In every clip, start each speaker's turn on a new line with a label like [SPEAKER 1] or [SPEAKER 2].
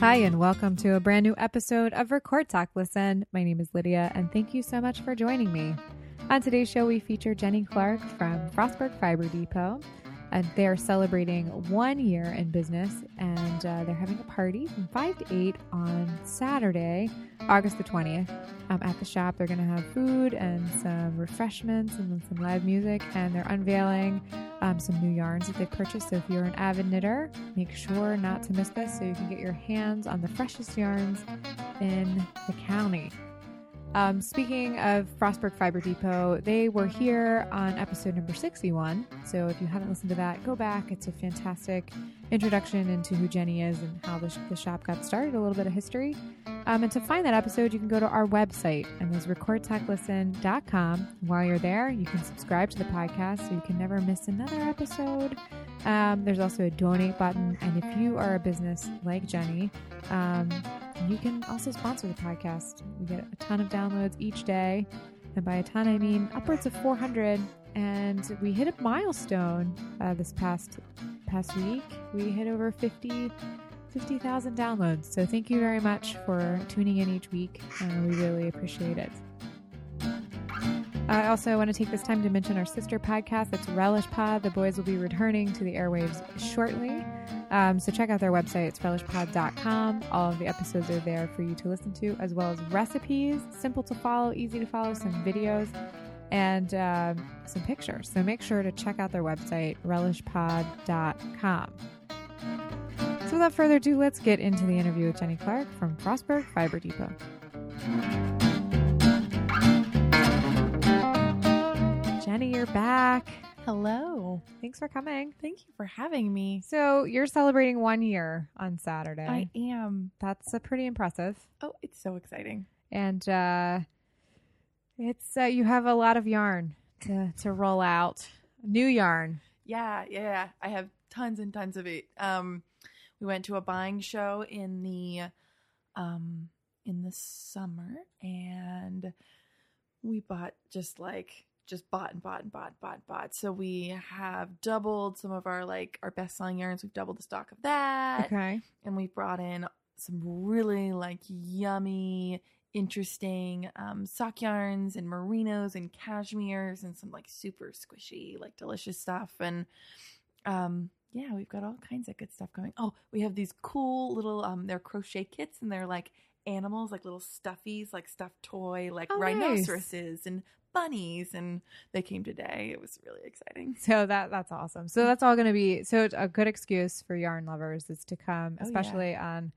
[SPEAKER 1] Hi, and welcome to a brand new episode of Record Talk Listen. My name is Lydia, and thank you so much for joining me. On today's show, we feature Jenny Clark from Frostburg Fiber Depot, and they're celebrating one year in business, and uh, they're having a party from 5 to 8 on Saturday, August the 20th. Um, at the shop, they're going to have food and some refreshments and then some live music, and they're unveiling um, some new yarns that they purchased. So if you're an avid knitter, make sure not to miss this so you can get your hands on the freshest yarns in the county. Um, speaking of Frostburg Fiber Depot, they were here on episode number 61. So if you haven't listened to that, go back. It's a fantastic introduction into who Jenny is and how the, sh- the shop got started, a little bit of history. Um, and to find that episode, you can go to our website, and that's recordtechlisten.com. While you're there, you can subscribe to the podcast so you can never miss another episode. Um, there's also a donate button. And if you are a business like Jenny, um, you can also sponsor the podcast. We get a ton of downloads each day. And by a ton, I mean upwards of 400. And we hit a milestone uh, this past past week. We hit over 50 50,000 downloads. So thank you very much for tuning in each week. Uh, we really appreciate it. I also want to take this time to mention our sister podcast. That's Relish Pod. The boys will be returning to the airwaves shortly. Um, so check out their website. It's relishpod.com. All of the episodes are there for you to listen to, as well as recipes, simple to follow, easy to follow, some videos, and uh, some pictures. So make sure to check out their website, relishpod.com. So without further ado, let's get into the interview with Jenny Clark from Frostburg Fiber Depot. Jenny, you're back.
[SPEAKER 2] Hello.
[SPEAKER 1] Thanks for coming.
[SPEAKER 2] Thank you for having me.
[SPEAKER 1] So you're celebrating one year on Saturday.
[SPEAKER 2] I am.
[SPEAKER 1] That's uh, pretty impressive.
[SPEAKER 2] Oh, it's so exciting.
[SPEAKER 1] And uh, it's uh, you have a lot of yarn to, to roll out. New yarn.
[SPEAKER 2] Yeah, yeah, yeah. I have tons and tons of it. Um we went to a buying show in the um in the summer and we bought just like just bought and bought and bought and bought and bought. So we have doubled some of our like our best selling yarns. We've doubled the stock of that.
[SPEAKER 1] Okay.
[SPEAKER 2] and we brought in some really like yummy interesting um, sock yarns and merinos and cashmeres and some like super squishy like delicious stuff and um yeah we've got all kinds of good stuff going oh we have these cool little um they're crochet kits and they're like animals like little stuffies like stuffed toy like
[SPEAKER 1] Oh, nice.
[SPEAKER 2] rhinoceroses and bunnies and they came today it was really exciting
[SPEAKER 1] So that that's awesome. So that's all going to be so it's a good excuse for yarn lovers is to come,
[SPEAKER 2] Oh, yeah.
[SPEAKER 1] especially on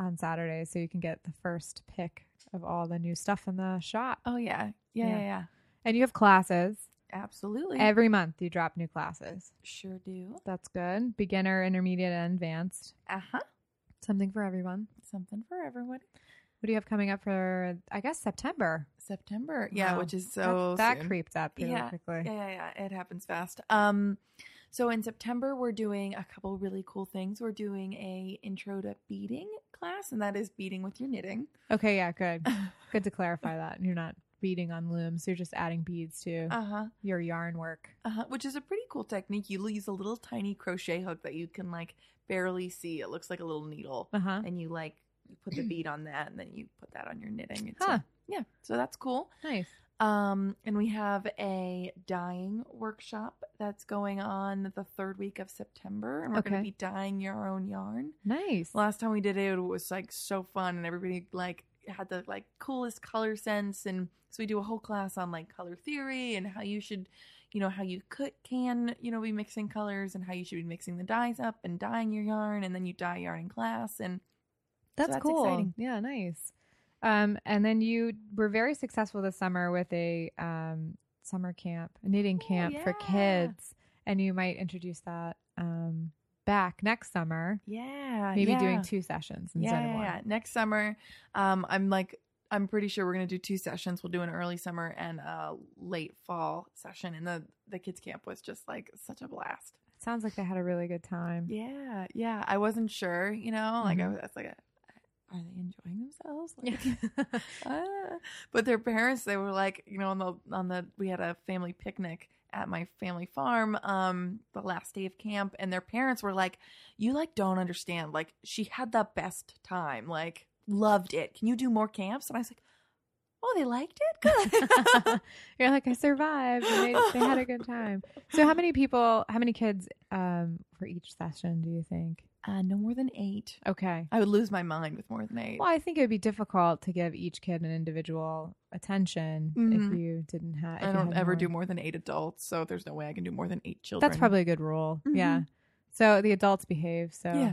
[SPEAKER 1] on Saturday, so you can get the first pick of all the new stuff in the shop.
[SPEAKER 2] oh yeah yeah
[SPEAKER 1] Yeah.
[SPEAKER 2] yeah, yeah.
[SPEAKER 1] And you have classes
[SPEAKER 2] absolutely
[SPEAKER 1] every month. You drop new classes.
[SPEAKER 2] sure do
[SPEAKER 1] That's good. Beginner, intermediate, and advanced.
[SPEAKER 2] uh-huh
[SPEAKER 1] Something for everyone.
[SPEAKER 2] something for everyone.
[SPEAKER 1] What do you have coming up for? I guess September.
[SPEAKER 2] September, yeah,
[SPEAKER 1] Wow.
[SPEAKER 2] which is
[SPEAKER 1] That-
[SPEAKER 2] so
[SPEAKER 1] that,
[SPEAKER 2] soon.
[SPEAKER 1] creeped up really
[SPEAKER 2] Yeah.
[SPEAKER 1] quickly.
[SPEAKER 2] Yeah, yeah, yeah, it happens fast. Um, so in September we're doing a couple really cool things. We're doing a intro to beading class, and that is beading with your knitting. Uh-huh,
[SPEAKER 1] Okay, yeah, good. Good to clarify that. You're not beading on looms. You're just adding beads to
[SPEAKER 2] Uh huh.
[SPEAKER 1] your yarn work.
[SPEAKER 2] Uh-huh, which is a pretty cool technique. You use a little tiny crochet hook that you can like barely see. It looks like a little needle,
[SPEAKER 1] Uh huh.
[SPEAKER 2] and you like you put the bead on that, and then you put that on your knitting. It's
[SPEAKER 1] Huh.
[SPEAKER 2] a, yeah, so that's cool.
[SPEAKER 1] Nice.
[SPEAKER 2] Um, and we have a dyeing workshop that's going on the third week of September, and we're going
[SPEAKER 1] Okay.
[SPEAKER 2] to be dyeing your own yarn.
[SPEAKER 1] Nice.
[SPEAKER 2] Last time we did it, it was like so fun, and everybody like had the like coolest color sense, and so we do a whole class on like color theory and how you should, you know, how you could can you know be mixing colors and how you should be mixing the dyes up and dyeing your yarn, and then you dye yarn in class, and
[SPEAKER 1] that's,
[SPEAKER 2] that's
[SPEAKER 1] cool.
[SPEAKER 2] exciting.
[SPEAKER 1] Yeah, nice. Um, and then you were very successful this summer with a um, summer camp, a knitting
[SPEAKER 2] Oh,
[SPEAKER 1] camp for
[SPEAKER 2] yeah.
[SPEAKER 1] kids, and you might introduce that um, back next summer.
[SPEAKER 2] yeah,
[SPEAKER 1] Maybe doing
[SPEAKER 2] Uh, yeah.
[SPEAKER 1] two sessions instead
[SPEAKER 2] yeah,
[SPEAKER 1] of
[SPEAKER 2] yeah,
[SPEAKER 1] one.
[SPEAKER 2] yeah. next summer um i'm like i'm pretty sure we're gonna do two sessions we'll do an early summer and a late fall session and the the kids camp was just like such a blast
[SPEAKER 1] Sounds like they had a really good time.
[SPEAKER 2] yeah yeah i wasn't sure you know like I
[SPEAKER 1] Mhm.
[SPEAKER 2] was, I was like are they enjoying themselves Like, ah. but their parents they were like you know on the on the we had a family picnic at my family farm um the last day of camp and their parents were like you like don't understand like she had the best time like loved it can you do more camps and i was like oh they liked it good
[SPEAKER 1] You're like, I survived. And they, they had a good time. So, how many people, how many kids um, for each session do you think?
[SPEAKER 2] uh, no more than eight
[SPEAKER 1] Okay.
[SPEAKER 2] i would lose my mind with more than eight
[SPEAKER 1] Well, I think it would be difficult to give each kid an individual attention
[SPEAKER 2] Mhm.
[SPEAKER 1] if you didn't have.
[SPEAKER 2] i don't ever do more than eight adults so there's no way i can do more than eight children Mm-hmm.
[SPEAKER 1] That's probably a good rule. Yeah. So the adults behave. So
[SPEAKER 2] yeah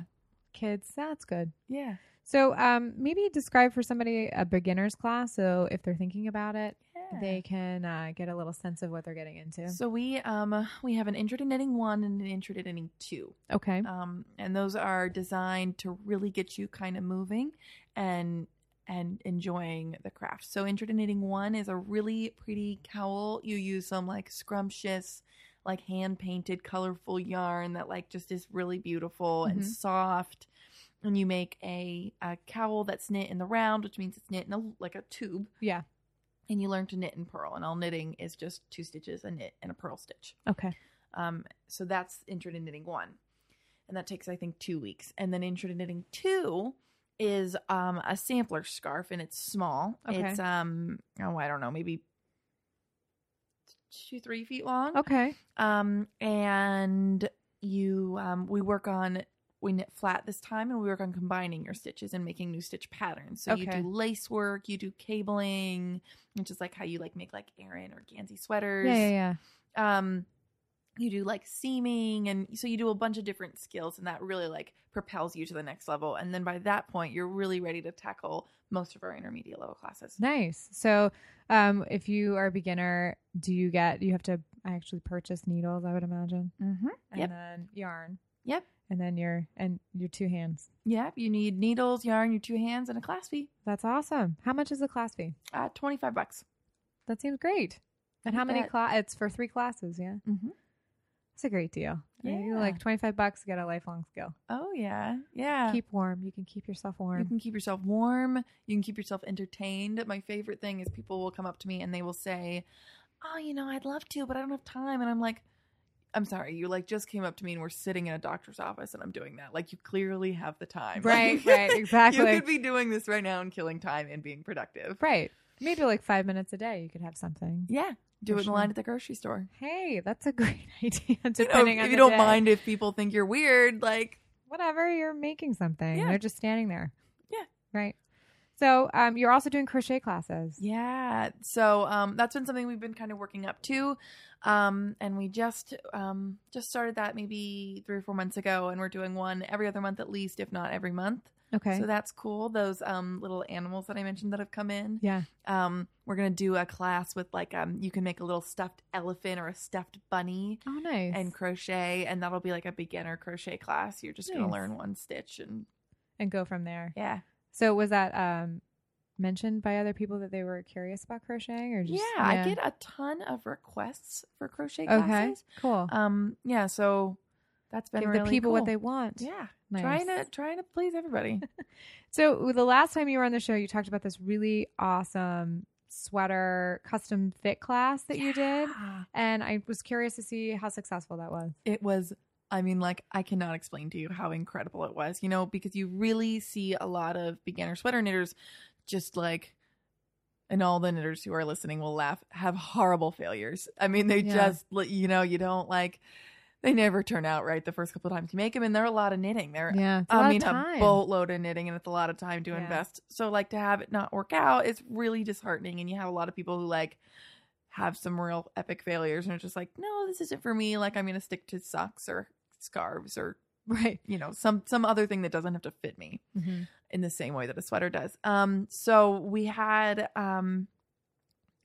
[SPEAKER 1] kids, that's good.
[SPEAKER 2] yeah
[SPEAKER 1] So um, maybe describe for somebody a beginner's class. So if they're thinking about it, they can uh, get a little sense of what they're getting into.
[SPEAKER 2] so we um we have an intro to knitting one and an intro to knitting two
[SPEAKER 1] okay.
[SPEAKER 2] um, and those are designed to really get you kind of moving and and enjoying the craft. So intro to knitting one is a really pretty cowl. You use some like scrumptious, like hand painted, colorful yarn that like just is really beautiful
[SPEAKER 1] Mhm.
[SPEAKER 2] and soft. And you make a, a cowl that's knit in the round, which means it's knit in a, like a tube.
[SPEAKER 1] Yeah.
[SPEAKER 2] And you learn to knit and purl. And all knitting is just two stitches, a knit and a purl stitch.
[SPEAKER 1] Okay.
[SPEAKER 2] Um, so that's intro to knitting one. And that takes, I think, two weeks. And then intro to knitting two is um, a sampler scarf and it's small.
[SPEAKER 1] Okay.
[SPEAKER 2] It's, um, oh, I don't know, maybe two, three feet long.
[SPEAKER 1] Okay.
[SPEAKER 2] Um, and you, um, we work on, we knit flat this time and we work on combining your stitches and making new stitch patterns. So you
[SPEAKER 1] Okay.
[SPEAKER 2] do lace work, you do cabling, which is like how you like make like Aran or Gansey sweaters
[SPEAKER 1] Yeah, yeah, yeah.
[SPEAKER 2] um you do like seaming and so you do a bunch of different skills and that really like propels you to the next level and then by that point you're really ready to tackle most of our intermediate level classes
[SPEAKER 1] Nice. So, um, if you are a beginner, do you get you have to actually purchase needles? I would imagine,
[SPEAKER 2] mm-hmm.
[SPEAKER 1] and
[SPEAKER 2] Yep.
[SPEAKER 1] then yarn.
[SPEAKER 2] Yep.
[SPEAKER 1] And then your and your two hands.
[SPEAKER 2] yeah you need needles yarn your two hands and a class fee
[SPEAKER 1] That's awesome. How much is the class fee?
[SPEAKER 2] uh 25 bucks
[SPEAKER 1] That seems great. And how many
[SPEAKER 2] bet.
[SPEAKER 1] class? It's for three classes. Yeah,
[SPEAKER 2] mm-hmm.
[SPEAKER 1] it's a great deal. Yeah. You
[SPEAKER 2] Yeah.
[SPEAKER 1] like twenty five bucks get a lifelong skill.
[SPEAKER 2] oh yeah yeah
[SPEAKER 1] Keep warm. You can keep yourself
[SPEAKER 2] you
[SPEAKER 1] warm.
[SPEAKER 2] can keep yourself warm you can keep yourself entertained my favorite thing is people will come up to me and they will say oh you know i'd love to but i don't have time and i'm like i'm sorry you like just came up to me and we're sitting in a doctor's office and i'm doing that like you clearly have the time
[SPEAKER 1] Right.
[SPEAKER 2] Like,
[SPEAKER 1] Right.
[SPEAKER 2] you
[SPEAKER 1] Exactly.
[SPEAKER 2] could be doing this right now and killing time and being productive
[SPEAKER 1] right. Maybe like five minutes a day, you could have something.
[SPEAKER 2] yeah do
[SPEAKER 1] For
[SPEAKER 2] it in
[SPEAKER 1] sure.
[SPEAKER 2] line at the grocery store
[SPEAKER 1] Hey, that's a great idea.
[SPEAKER 2] You know,
[SPEAKER 1] Depending
[SPEAKER 2] if
[SPEAKER 1] on
[SPEAKER 2] you
[SPEAKER 1] the
[SPEAKER 2] don't
[SPEAKER 1] day.
[SPEAKER 2] mind if people think you're weird like
[SPEAKER 1] whatever you're making something
[SPEAKER 2] Yeah.
[SPEAKER 1] they're just standing there
[SPEAKER 2] Yeah.
[SPEAKER 1] right so um, you're also doing crochet classes
[SPEAKER 2] Yeah. So um, that's been something we've been kind of working up to. Um, and we just um, just started that maybe three or four months ago, and we're doing one every other month at least, if not every month.
[SPEAKER 1] okay
[SPEAKER 2] So that's cool. Those um, little animals that I mentioned that have come in.
[SPEAKER 1] yeah
[SPEAKER 2] Um, we're gonna do a class with like um, you can make a little stuffed elephant or a stuffed bunny
[SPEAKER 1] oh nice
[SPEAKER 2] and crochet, and that'll be like a beginner crochet class. You're just gonna
[SPEAKER 1] Nice.
[SPEAKER 2] learn one stitch, and
[SPEAKER 1] and go from there
[SPEAKER 2] yeah,
[SPEAKER 1] so was that um, mentioned by other people that they were curious about crocheting or just
[SPEAKER 2] yeah. I get a ton of requests for crochet classes.
[SPEAKER 1] okay cool
[SPEAKER 2] um yeah so that's been
[SPEAKER 1] give
[SPEAKER 2] really
[SPEAKER 1] the people what
[SPEAKER 2] cool.
[SPEAKER 1] they want
[SPEAKER 2] yeah
[SPEAKER 1] nice.
[SPEAKER 2] trying to trying to please everybody
[SPEAKER 1] So the last time you were on the show, you talked about this really awesome sweater custom fit class that you did,
[SPEAKER 2] Yeah.
[SPEAKER 1] and I was curious to see how successful that was.
[SPEAKER 2] it was i mean like i cannot explain to you how incredible it was you know because you really see a lot of beginner sweater knitters just like and all the knitters who are listening will laugh have horrible failures i mean they
[SPEAKER 1] Yeah.
[SPEAKER 2] just like, you know you don't like they never turn out right the first couple of times you make them and they're a lot of knitting they're
[SPEAKER 1] Yeah, it's a lot
[SPEAKER 2] I
[SPEAKER 1] of
[SPEAKER 2] mean, a
[SPEAKER 1] time.
[SPEAKER 2] boatload of knitting, and it's a lot of time to
[SPEAKER 1] Yeah.
[SPEAKER 2] invest. So, like, to have it not work out is really disheartening. And you have a lot of people who, like, have some real epic failures and are just like, no, this isn't for me. Like, I'm going to stick to socks or scarves or,
[SPEAKER 1] right.
[SPEAKER 2] you know, some, some other thing that doesn't have to fit me
[SPEAKER 1] Mm-hmm.
[SPEAKER 2] in the same way that a sweater does. Um, so we had um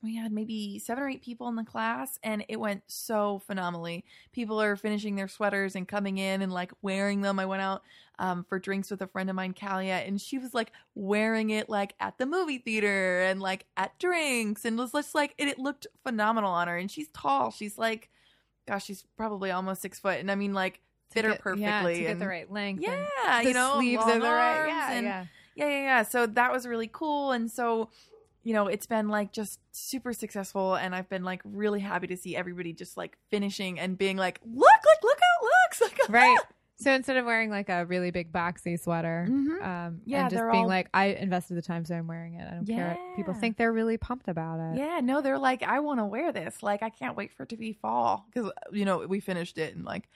[SPEAKER 2] we had maybe seven or eight people in the class and it went so phenomenally. People are finishing their sweaters and coming in and like wearing them. I went out um, for drinks with a friend of mine, Kalia, and she was like wearing it like at the movie theater and like at drinks and was just like it, it looked phenomenal on her. And she's tall. She's like, gosh, she's probably almost six foot. And I mean like fit her perfectly.
[SPEAKER 1] Yeah, to get
[SPEAKER 2] and-
[SPEAKER 1] the right length. and
[SPEAKER 2] yeah,
[SPEAKER 1] the
[SPEAKER 2] you know,
[SPEAKER 1] sleeves
[SPEAKER 2] long
[SPEAKER 1] are the right.
[SPEAKER 2] arms
[SPEAKER 1] Yeah,
[SPEAKER 2] and
[SPEAKER 1] yeah.
[SPEAKER 2] yeah, yeah, yeah. So that was really cool. And so you know, it's been like just super successful, and I've been like really happy to see everybody just like finishing and being like, look, like look how it looks, like
[SPEAKER 1] Right. So instead of wearing like a really big boxy sweater,
[SPEAKER 2] Mhm.
[SPEAKER 1] um,
[SPEAKER 2] Yeah,
[SPEAKER 1] and just
[SPEAKER 2] they're
[SPEAKER 1] being
[SPEAKER 2] all-
[SPEAKER 1] like, I invested the time, so I'm wearing it. I don't care. what People
[SPEAKER 2] Yeah.
[SPEAKER 1] think they're really pumped about it.
[SPEAKER 2] Yeah, no, they're like, I want to wear this. Like, I can't wait for it to be fall because you know we finished it in like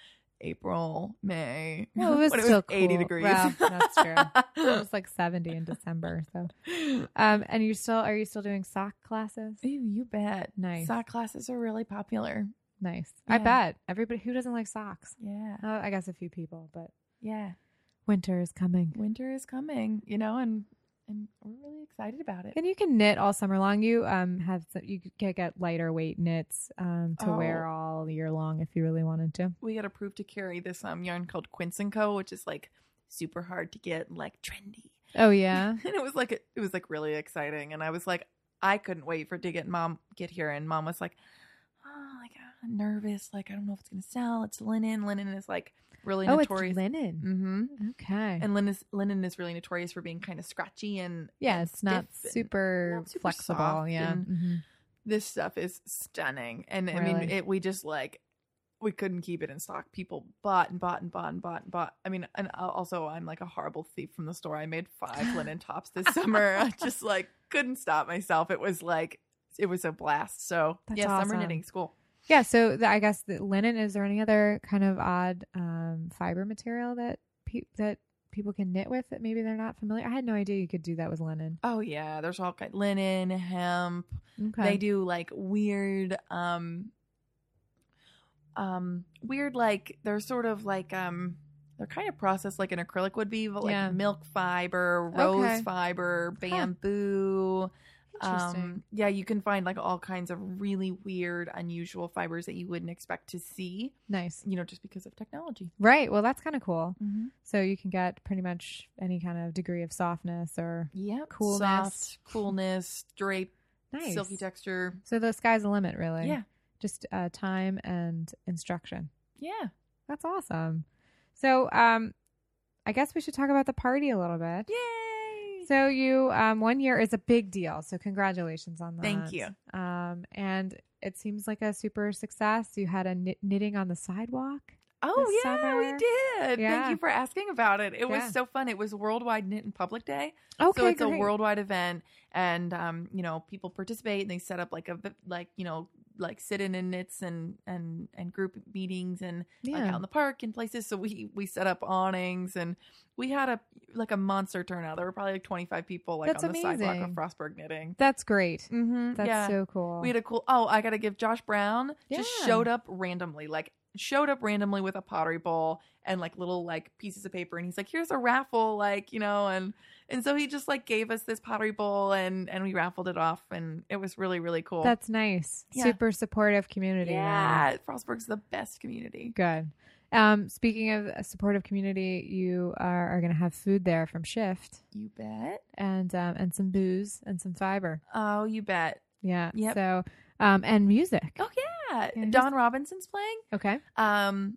[SPEAKER 2] April, May.
[SPEAKER 1] Well, Oh, it was
[SPEAKER 2] when
[SPEAKER 1] still
[SPEAKER 2] eighty
[SPEAKER 1] cool.
[SPEAKER 2] degrees.
[SPEAKER 1] Well, that's true. It was like 70 in December. So,
[SPEAKER 2] Ooh,
[SPEAKER 1] um, and you still are you still doing sock classes?
[SPEAKER 2] you bet.
[SPEAKER 1] Nice.
[SPEAKER 2] Sock classes are really popular.
[SPEAKER 1] Nice. I
[SPEAKER 2] Yeah.
[SPEAKER 1] bet everybody who doesn't like socks.
[SPEAKER 2] Yeah,
[SPEAKER 1] Oh, I guess a few people, but
[SPEAKER 2] yeah.
[SPEAKER 1] winter is coming.
[SPEAKER 2] Winter is coming, you know, and and we're really excited about it.
[SPEAKER 1] And you can knit all summer long. You um have some, you can get lighter weight knits um to wear
[SPEAKER 2] Oh.
[SPEAKER 1] all year long if you really wanted to.
[SPEAKER 2] we got approved to carry this um yarn called Quince and Co, which is like super hard to get, and, like trendy.
[SPEAKER 1] Oh yeah.
[SPEAKER 2] and it was like it was like really exciting and i was like i couldn't wait for it to get mom get here and mom was like oh like i'm nervous like i don't know if it's gonna sell it's linen linen is like really
[SPEAKER 1] oh, it's
[SPEAKER 2] notorious
[SPEAKER 1] linen.
[SPEAKER 2] mm-hmm.
[SPEAKER 1] Okay.
[SPEAKER 2] and linen is, linen is really notorious for being kind of scratchy and
[SPEAKER 1] yeah,
[SPEAKER 2] and
[SPEAKER 1] it's not
[SPEAKER 2] stiff and-
[SPEAKER 1] super,
[SPEAKER 2] not super
[SPEAKER 1] flexible.
[SPEAKER 2] soft
[SPEAKER 1] Yeah.
[SPEAKER 2] and-
[SPEAKER 1] Mhm.
[SPEAKER 2] this stuff is stunning and i mean
[SPEAKER 1] Really?
[SPEAKER 2] it we just like we couldn't keep it in stock people bought and bought and bought and bought and bought i mean and al- also i'm like a horrible thief from the store i made five linen tops this summer i just like couldn't stop myself it was like it was a blast so
[SPEAKER 1] That's
[SPEAKER 2] yeah summer
[SPEAKER 1] awesome.
[SPEAKER 2] knitting school
[SPEAKER 1] Yeah. So the, I guess the linen. Is there any other kind of odd um, fiber material that pe- that people can knit with that maybe they're not familiar? I had no idea you could do that with linen.
[SPEAKER 2] oh yeah there's all kind linen hemp
[SPEAKER 1] Okay.
[SPEAKER 2] They do like weird um um weird like they're sort of like um they're kind of processed like an acrylic would be, but like
[SPEAKER 1] Yeah.
[SPEAKER 2] milk fiber, rose
[SPEAKER 1] Okay.
[SPEAKER 2] fiber, bamboo.
[SPEAKER 1] Interesting.
[SPEAKER 2] Um yeah, you can find like all kinds of really weird, unusual fibers that you wouldn't expect to see,
[SPEAKER 1] nice.
[SPEAKER 2] you know, just because of technology.
[SPEAKER 1] Right. Well, that's kind of cool. So you can get pretty much any kind of degree of softness or
[SPEAKER 2] Yeah.
[SPEAKER 1] Coolness.
[SPEAKER 2] Soft, coolness, drape,
[SPEAKER 1] nice.
[SPEAKER 2] silky texture.
[SPEAKER 1] so the sky's the limit, really.
[SPEAKER 2] Yeah.
[SPEAKER 1] Just uh, time and instruction.
[SPEAKER 2] Yeah.
[SPEAKER 1] That's awesome. So, um, I guess we should talk about the party a little bit.
[SPEAKER 2] Yay.
[SPEAKER 1] So you, um, one year is a big deal. So congratulations on that.
[SPEAKER 2] Thank you.
[SPEAKER 1] Um, and it seems like a super success. You had a knit- knitting on the sidewalk.
[SPEAKER 2] Oh
[SPEAKER 1] this
[SPEAKER 2] yeah, we
[SPEAKER 1] summer.
[SPEAKER 2] did.
[SPEAKER 1] Yeah.
[SPEAKER 2] Thank you for asking about it. It
[SPEAKER 1] Yeah.
[SPEAKER 2] was so fun. It was Worldwide Knit in Public Day,
[SPEAKER 1] Okay,
[SPEAKER 2] so it's
[SPEAKER 1] great.
[SPEAKER 2] a worldwide event, and um, you know, people participate and they set up like a v- like you know like sit in and knits and and and group meetings and
[SPEAKER 1] Yeah.
[SPEAKER 2] like out in the park and places. So we we set up awnings and we had a like a monster turnout. There were probably like twenty five people like
[SPEAKER 1] That's
[SPEAKER 2] on the sidewalk
[SPEAKER 1] amazing.
[SPEAKER 2] of Frostburg knitting.
[SPEAKER 1] That's great.
[SPEAKER 2] Mm-hmm.
[SPEAKER 1] That's
[SPEAKER 2] yeah.
[SPEAKER 1] so cool.
[SPEAKER 2] We had a cool. Oh, I gotta give Josh Brown just
[SPEAKER 1] Yeah.
[SPEAKER 2] showed up randomly, like showed up randomly with a pottery bowl and like little like pieces of paper, and he's like, "Here's a raffle," like you know, and and so he just like gave us this pottery bowl, and and we raffled it off, and it was really really cool.
[SPEAKER 1] That's nice.
[SPEAKER 2] Yeah.
[SPEAKER 1] Super supportive community. man.
[SPEAKER 2] yeah, Frostburg's the best community.
[SPEAKER 1] Good. Um, speaking of a supportive community, you are, are going to have food there from Shift
[SPEAKER 2] You bet.
[SPEAKER 1] and um, and some booze and some fiber.
[SPEAKER 2] Oh, you bet.
[SPEAKER 1] Yeah.
[SPEAKER 2] Yep.
[SPEAKER 1] So um, and music.
[SPEAKER 2] Oh yeah,
[SPEAKER 1] Yeah, who's-
[SPEAKER 2] Don Robinson's playing.
[SPEAKER 1] Okay.
[SPEAKER 2] Um,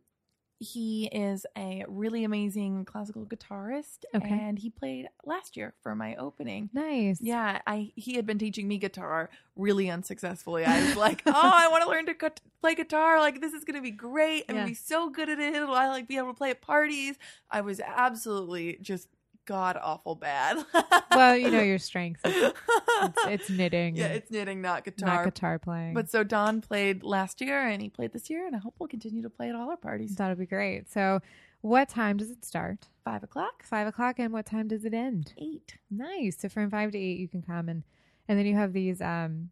[SPEAKER 2] he is a really amazing classical guitarist,
[SPEAKER 1] Okay.
[SPEAKER 2] and he played last year for my opening.
[SPEAKER 1] Nice.
[SPEAKER 2] Yeah, I he had been teaching me guitar really unsuccessfully. I was like, oh, I want to learn to cut, play guitar. Like this is gonna be great. I'm
[SPEAKER 1] Yeah.
[SPEAKER 2] gonna be so good at it. I like be able to play at parties. I was absolutely just god awful bad.
[SPEAKER 1] Well, you know your strengths. It's,
[SPEAKER 2] it's,
[SPEAKER 1] it's, it's knitting.
[SPEAKER 2] yeah, it's knitting, not guitar.
[SPEAKER 1] not guitar playing.
[SPEAKER 2] But so Don played last year, and he played this year, and I hope we'll continue to play at all our parties.
[SPEAKER 1] that'll be great. So, what time does it start?
[SPEAKER 2] Five o'clock,
[SPEAKER 1] Five o'clock, and what time does it end?
[SPEAKER 2] eight.
[SPEAKER 1] Nice. So from five to eight, you can come and and then you have these. Um,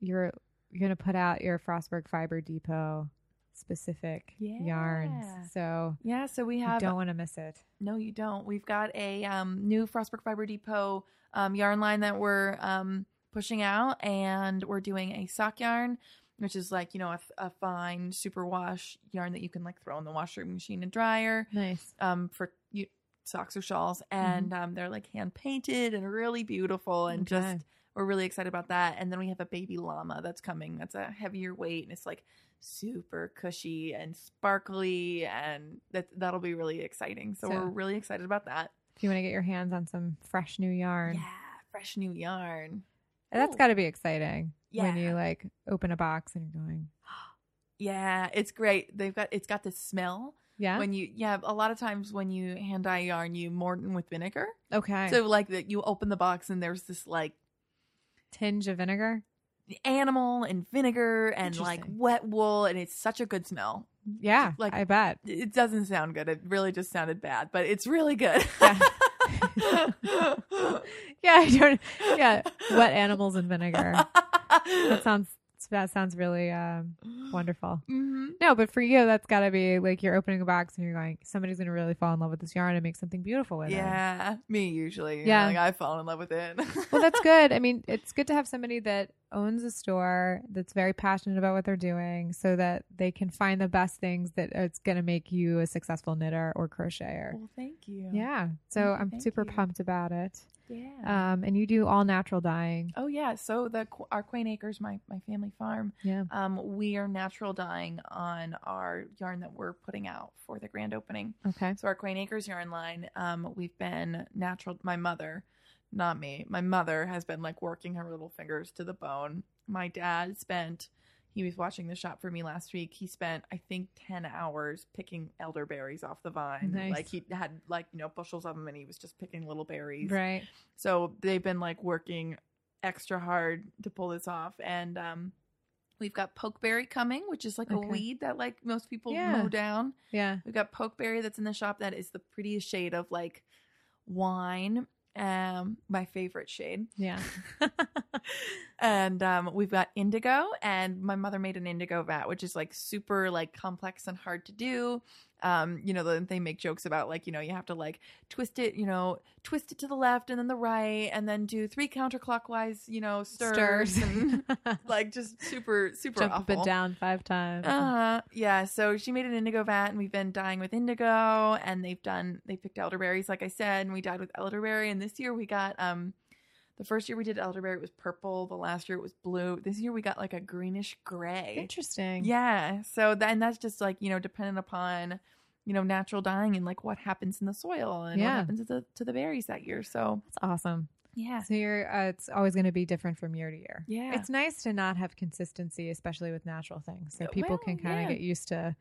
[SPEAKER 1] you're you're gonna put out your Frostburg Fiber Depot specific
[SPEAKER 2] Yeah.
[SPEAKER 1] yarns, so
[SPEAKER 2] Yeah, so we
[SPEAKER 1] you
[SPEAKER 2] have
[SPEAKER 1] don't want to miss it.
[SPEAKER 2] No, you don't. We've got a um, new Frostburg Fiber Depot um, yarn line that we're um, pushing out, and we're doing a sock yarn, which is like you know a, a fine superwash yarn that you can like throw in the washroom machine and dryer
[SPEAKER 1] Nice.
[SPEAKER 2] um, for you, socks or shawls, and um, they're like hand painted and really beautiful, and
[SPEAKER 1] Okay.
[SPEAKER 2] just we're really excited about that. And then we have a baby llama that's coming. That's a heavier weight, and it's like super cushy and sparkly, and that that'll be really exciting. So,
[SPEAKER 1] So-
[SPEAKER 2] we're really excited about that.
[SPEAKER 1] If you want to get your hands on some fresh new yarn,
[SPEAKER 2] Yeah, fresh new yarn.
[SPEAKER 1] And That's
[SPEAKER 2] Ooh.
[SPEAKER 1] got to be exciting when you
[SPEAKER 2] Yeah.
[SPEAKER 1] like open a box and you're going,
[SPEAKER 2] Yeah, it's great. They've got it's got the smell
[SPEAKER 1] yeah,
[SPEAKER 2] when you yeah. A lot of times when you hand dye yarn, you morton with vinegar.
[SPEAKER 1] okay.
[SPEAKER 2] So like that, you open the box and there's this like
[SPEAKER 1] tinge of vinegar.
[SPEAKER 2] animal and vinegar and like
[SPEAKER 1] Interesting.
[SPEAKER 2] wet wool, and it's such a good smell.
[SPEAKER 1] Yeah,
[SPEAKER 2] like-
[SPEAKER 1] I bet.
[SPEAKER 2] It doesn't sound good. It really just sounded bad, but it's really good.
[SPEAKER 1] Yeah. Yeah, I don't. Yeah, wet animals and vinegar. That sounds that sounds really um, wonderful.
[SPEAKER 2] hmm
[SPEAKER 1] No, but for you, that's got to be like you're opening a box and you're going, somebody's gonna really fall in love with this yarn and make something beautiful with it.
[SPEAKER 2] Yeah, me usually. you know,
[SPEAKER 1] Yeah.
[SPEAKER 2] like I've fallen in love with it.
[SPEAKER 1] Well, that's good. I mean, it's good to have somebody that owns a store that's very passionate about what they're doing, so that they can find the best things that it's gonna make you a successful knitter or crocheter.
[SPEAKER 2] Well, thank you.
[SPEAKER 1] Yeah, so
[SPEAKER 2] Thank you,
[SPEAKER 1] I'm
[SPEAKER 2] thank
[SPEAKER 1] super
[SPEAKER 2] you.
[SPEAKER 1] pumped about it.
[SPEAKER 2] Yeah.
[SPEAKER 1] Um, and you do all natural dyeing.
[SPEAKER 2] oh yeah. So the Qu- our Quain Acres, my my family farm.
[SPEAKER 1] Yeah.
[SPEAKER 2] Um, we are natural dyeing on our yarn that we're putting out for the grand opening.
[SPEAKER 1] Okay.
[SPEAKER 2] So our Quain Acres yarn line. Um, we've been natural. My mother, not me. My mother has been like working her little fingers to the bone. My dad spent. He was watching the shop for me last week. He spent, I think, ten hours picking elderberries off the vine.
[SPEAKER 1] Nice.
[SPEAKER 2] Like he had, like you know, bushels of them, and he was just picking little berries.
[SPEAKER 1] Right.
[SPEAKER 2] So they've been like working extra hard to pull this off. And um, we've got pokeberry coming, which is like
[SPEAKER 1] Okay.
[SPEAKER 2] a weed that like most people
[SPEAKER 1] Yeah.
[SPEAKER 2] mow down.
[SPEAKER 1] Yeah.
[SPEAKER 2] We've got pokeberry that's in the shop that is the prettiest shade of like wine. Um, my favorite shade.
[SPEAKER 1] Yeah.
[SPEAKER 2] and um, we've got indigo, and my mother made an indigo vat, which is like super like complex and hard to do. Um, you know, the- they make jokes about like you know you have to like twist it, you know, twist it to the left and then the right, and then do three counterclockwise, you know, stirs, and like just super super
[SPEAKER 1] Jump up
[SPEAKER 2] awful.
[SPEAKER 1] and down five times.
[SPEAKER 2] Uh-huh. Yeah. So she made an indigo vat, and we've been dyeing with indigo, and they've done they picked elderberries, like I said, and we dyed with elderberry. And this year we got um, the first year we did elderberry it was purple. The last year it was blue. This year we got like a greenish gray.
[SPEAKER 1] Interesting.
[SPEAKER 2] Yeah. So then that's just like you know dependent upon you know natural dyeing and like what happens in the soil and
[SPEAKER 1] Yeah.
[SPEAKER 2] what happens to the to the berries that year. So
[SPEAKER 1] That's awesome.
[SPEAKER 2] yeah,
[SPEAKER 1] So you're, uh, it's always going to be different from year to year.
[SPEAKER 2] yeah,
[SPEAKER 1] It's nice to not have consistency, especially with natural things. So
[SPEAKER 2] Uh,
[SPEAKER 1] people
[SPEAKER 2] well,
[SPEAKER 1] can kind of
[SPEAKER 2] yeah.
[SPEAKER 1] get used to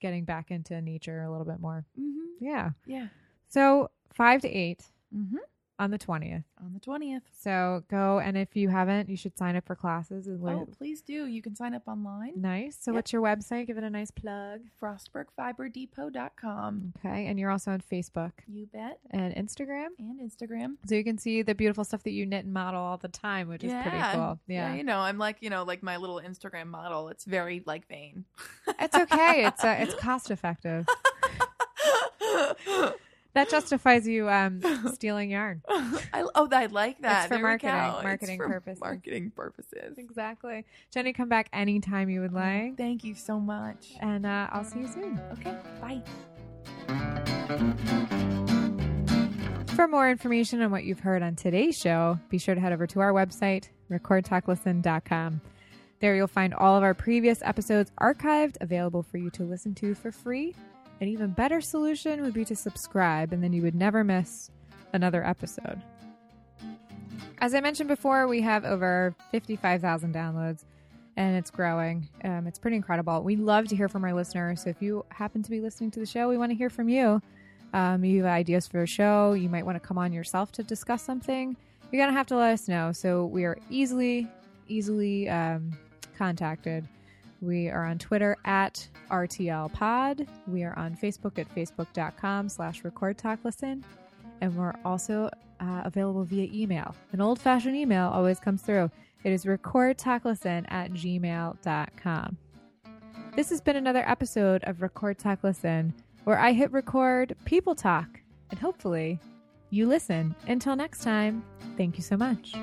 [SPEAKER 1] getting back into nature a little bit more.
[SPEAKER 2] mm-hmm.
[SPEAKER 1] Yeah.
[SPEAKER 2] yeah.
[SPEAKER 1] So five to eight
[SPEAKER 2] Mm-hmm.
[SPEAKER 1] on the 20th.
[SPEAKER 2] On the twentieth.
[SPEAKER 1] So go. And if you haven't, you should sign up for classes. And
[SPEAKER 2] Oh,
[SPEAKER 1] what-
[SPEAKER 2] please do. You can sign up online.
[SPEAKER 1] Nice. So
[SPEAKER 2] Yep.
[SPEAKER 1] what's your website? Give it a nice plug.
[SPEAKER 2] frostburgfiberdepot.com.
[SPEAKER 1] Okay. And you're also on Facebook
[SPEAKER 2] You bet.
[SPEAKER 1] and Instagram.
[SPEAKER 2] And Instagram.
[SPEAKER 1] So you can see the beautiful stuff that you knit and model all the time, which is pretty cool. Yeah.
[SPEAKER 2] You know, I'm like, you know, like my little Instagram model. It's very like vain.
[SPEAKER 1] It's okay. It's uh, it's cost effective. That justifies you um, stealing yarn.
[SPEAKER 2] I, oh, I like that.
[SPEAKER 1] It's for
[SPEAKER 2] There we
[SPEAKER 1] marketing-
[SPEAKER 2] go. It's
[SPEAKER 1] marketing
[SPEAKER 2] for
[SPEAKER 1] purposes.
[SPEAKER 2] Marketing purposes.
[SPEAKER 1] Exactly. Jenny, come back anytime you would like.
[SPEAKER 2] Thank you so much.
[SPEAKER 1] And uh, I'll see you soon.
[SPEAKER 2] Okay, bye.
[SPEAKER 1] For more information on what you've heard on today's show, be sure to head over to our website, recordtalklisten.com. There you'll find all of our previous episodes archived, available for you to listen to for free. An even better solution would be to subscribe, and then you would never miss another episode. As I mentioned before, we have over 55,000 downloads and it's growing. Um, it's pretty incredible. We love to hear from our listeners. So if you happen to be listening to the show, we want to hear from you. Um, you have ideas for a show. You might want to come on yourself to discuss something. You're going to have to let us know. So we are easily, easily um, contacted. We are on Twitter at RTL Pod. We are on Facebook at facebook.com slash record talk listen. And we're also uh, available via email. An old fashioned email always comes through. It is record talk listen at gmail.com. This has been another episode of Record Talk Listen, where I hit record, people talk, and hopefully you listen. Until next time, thank you so much.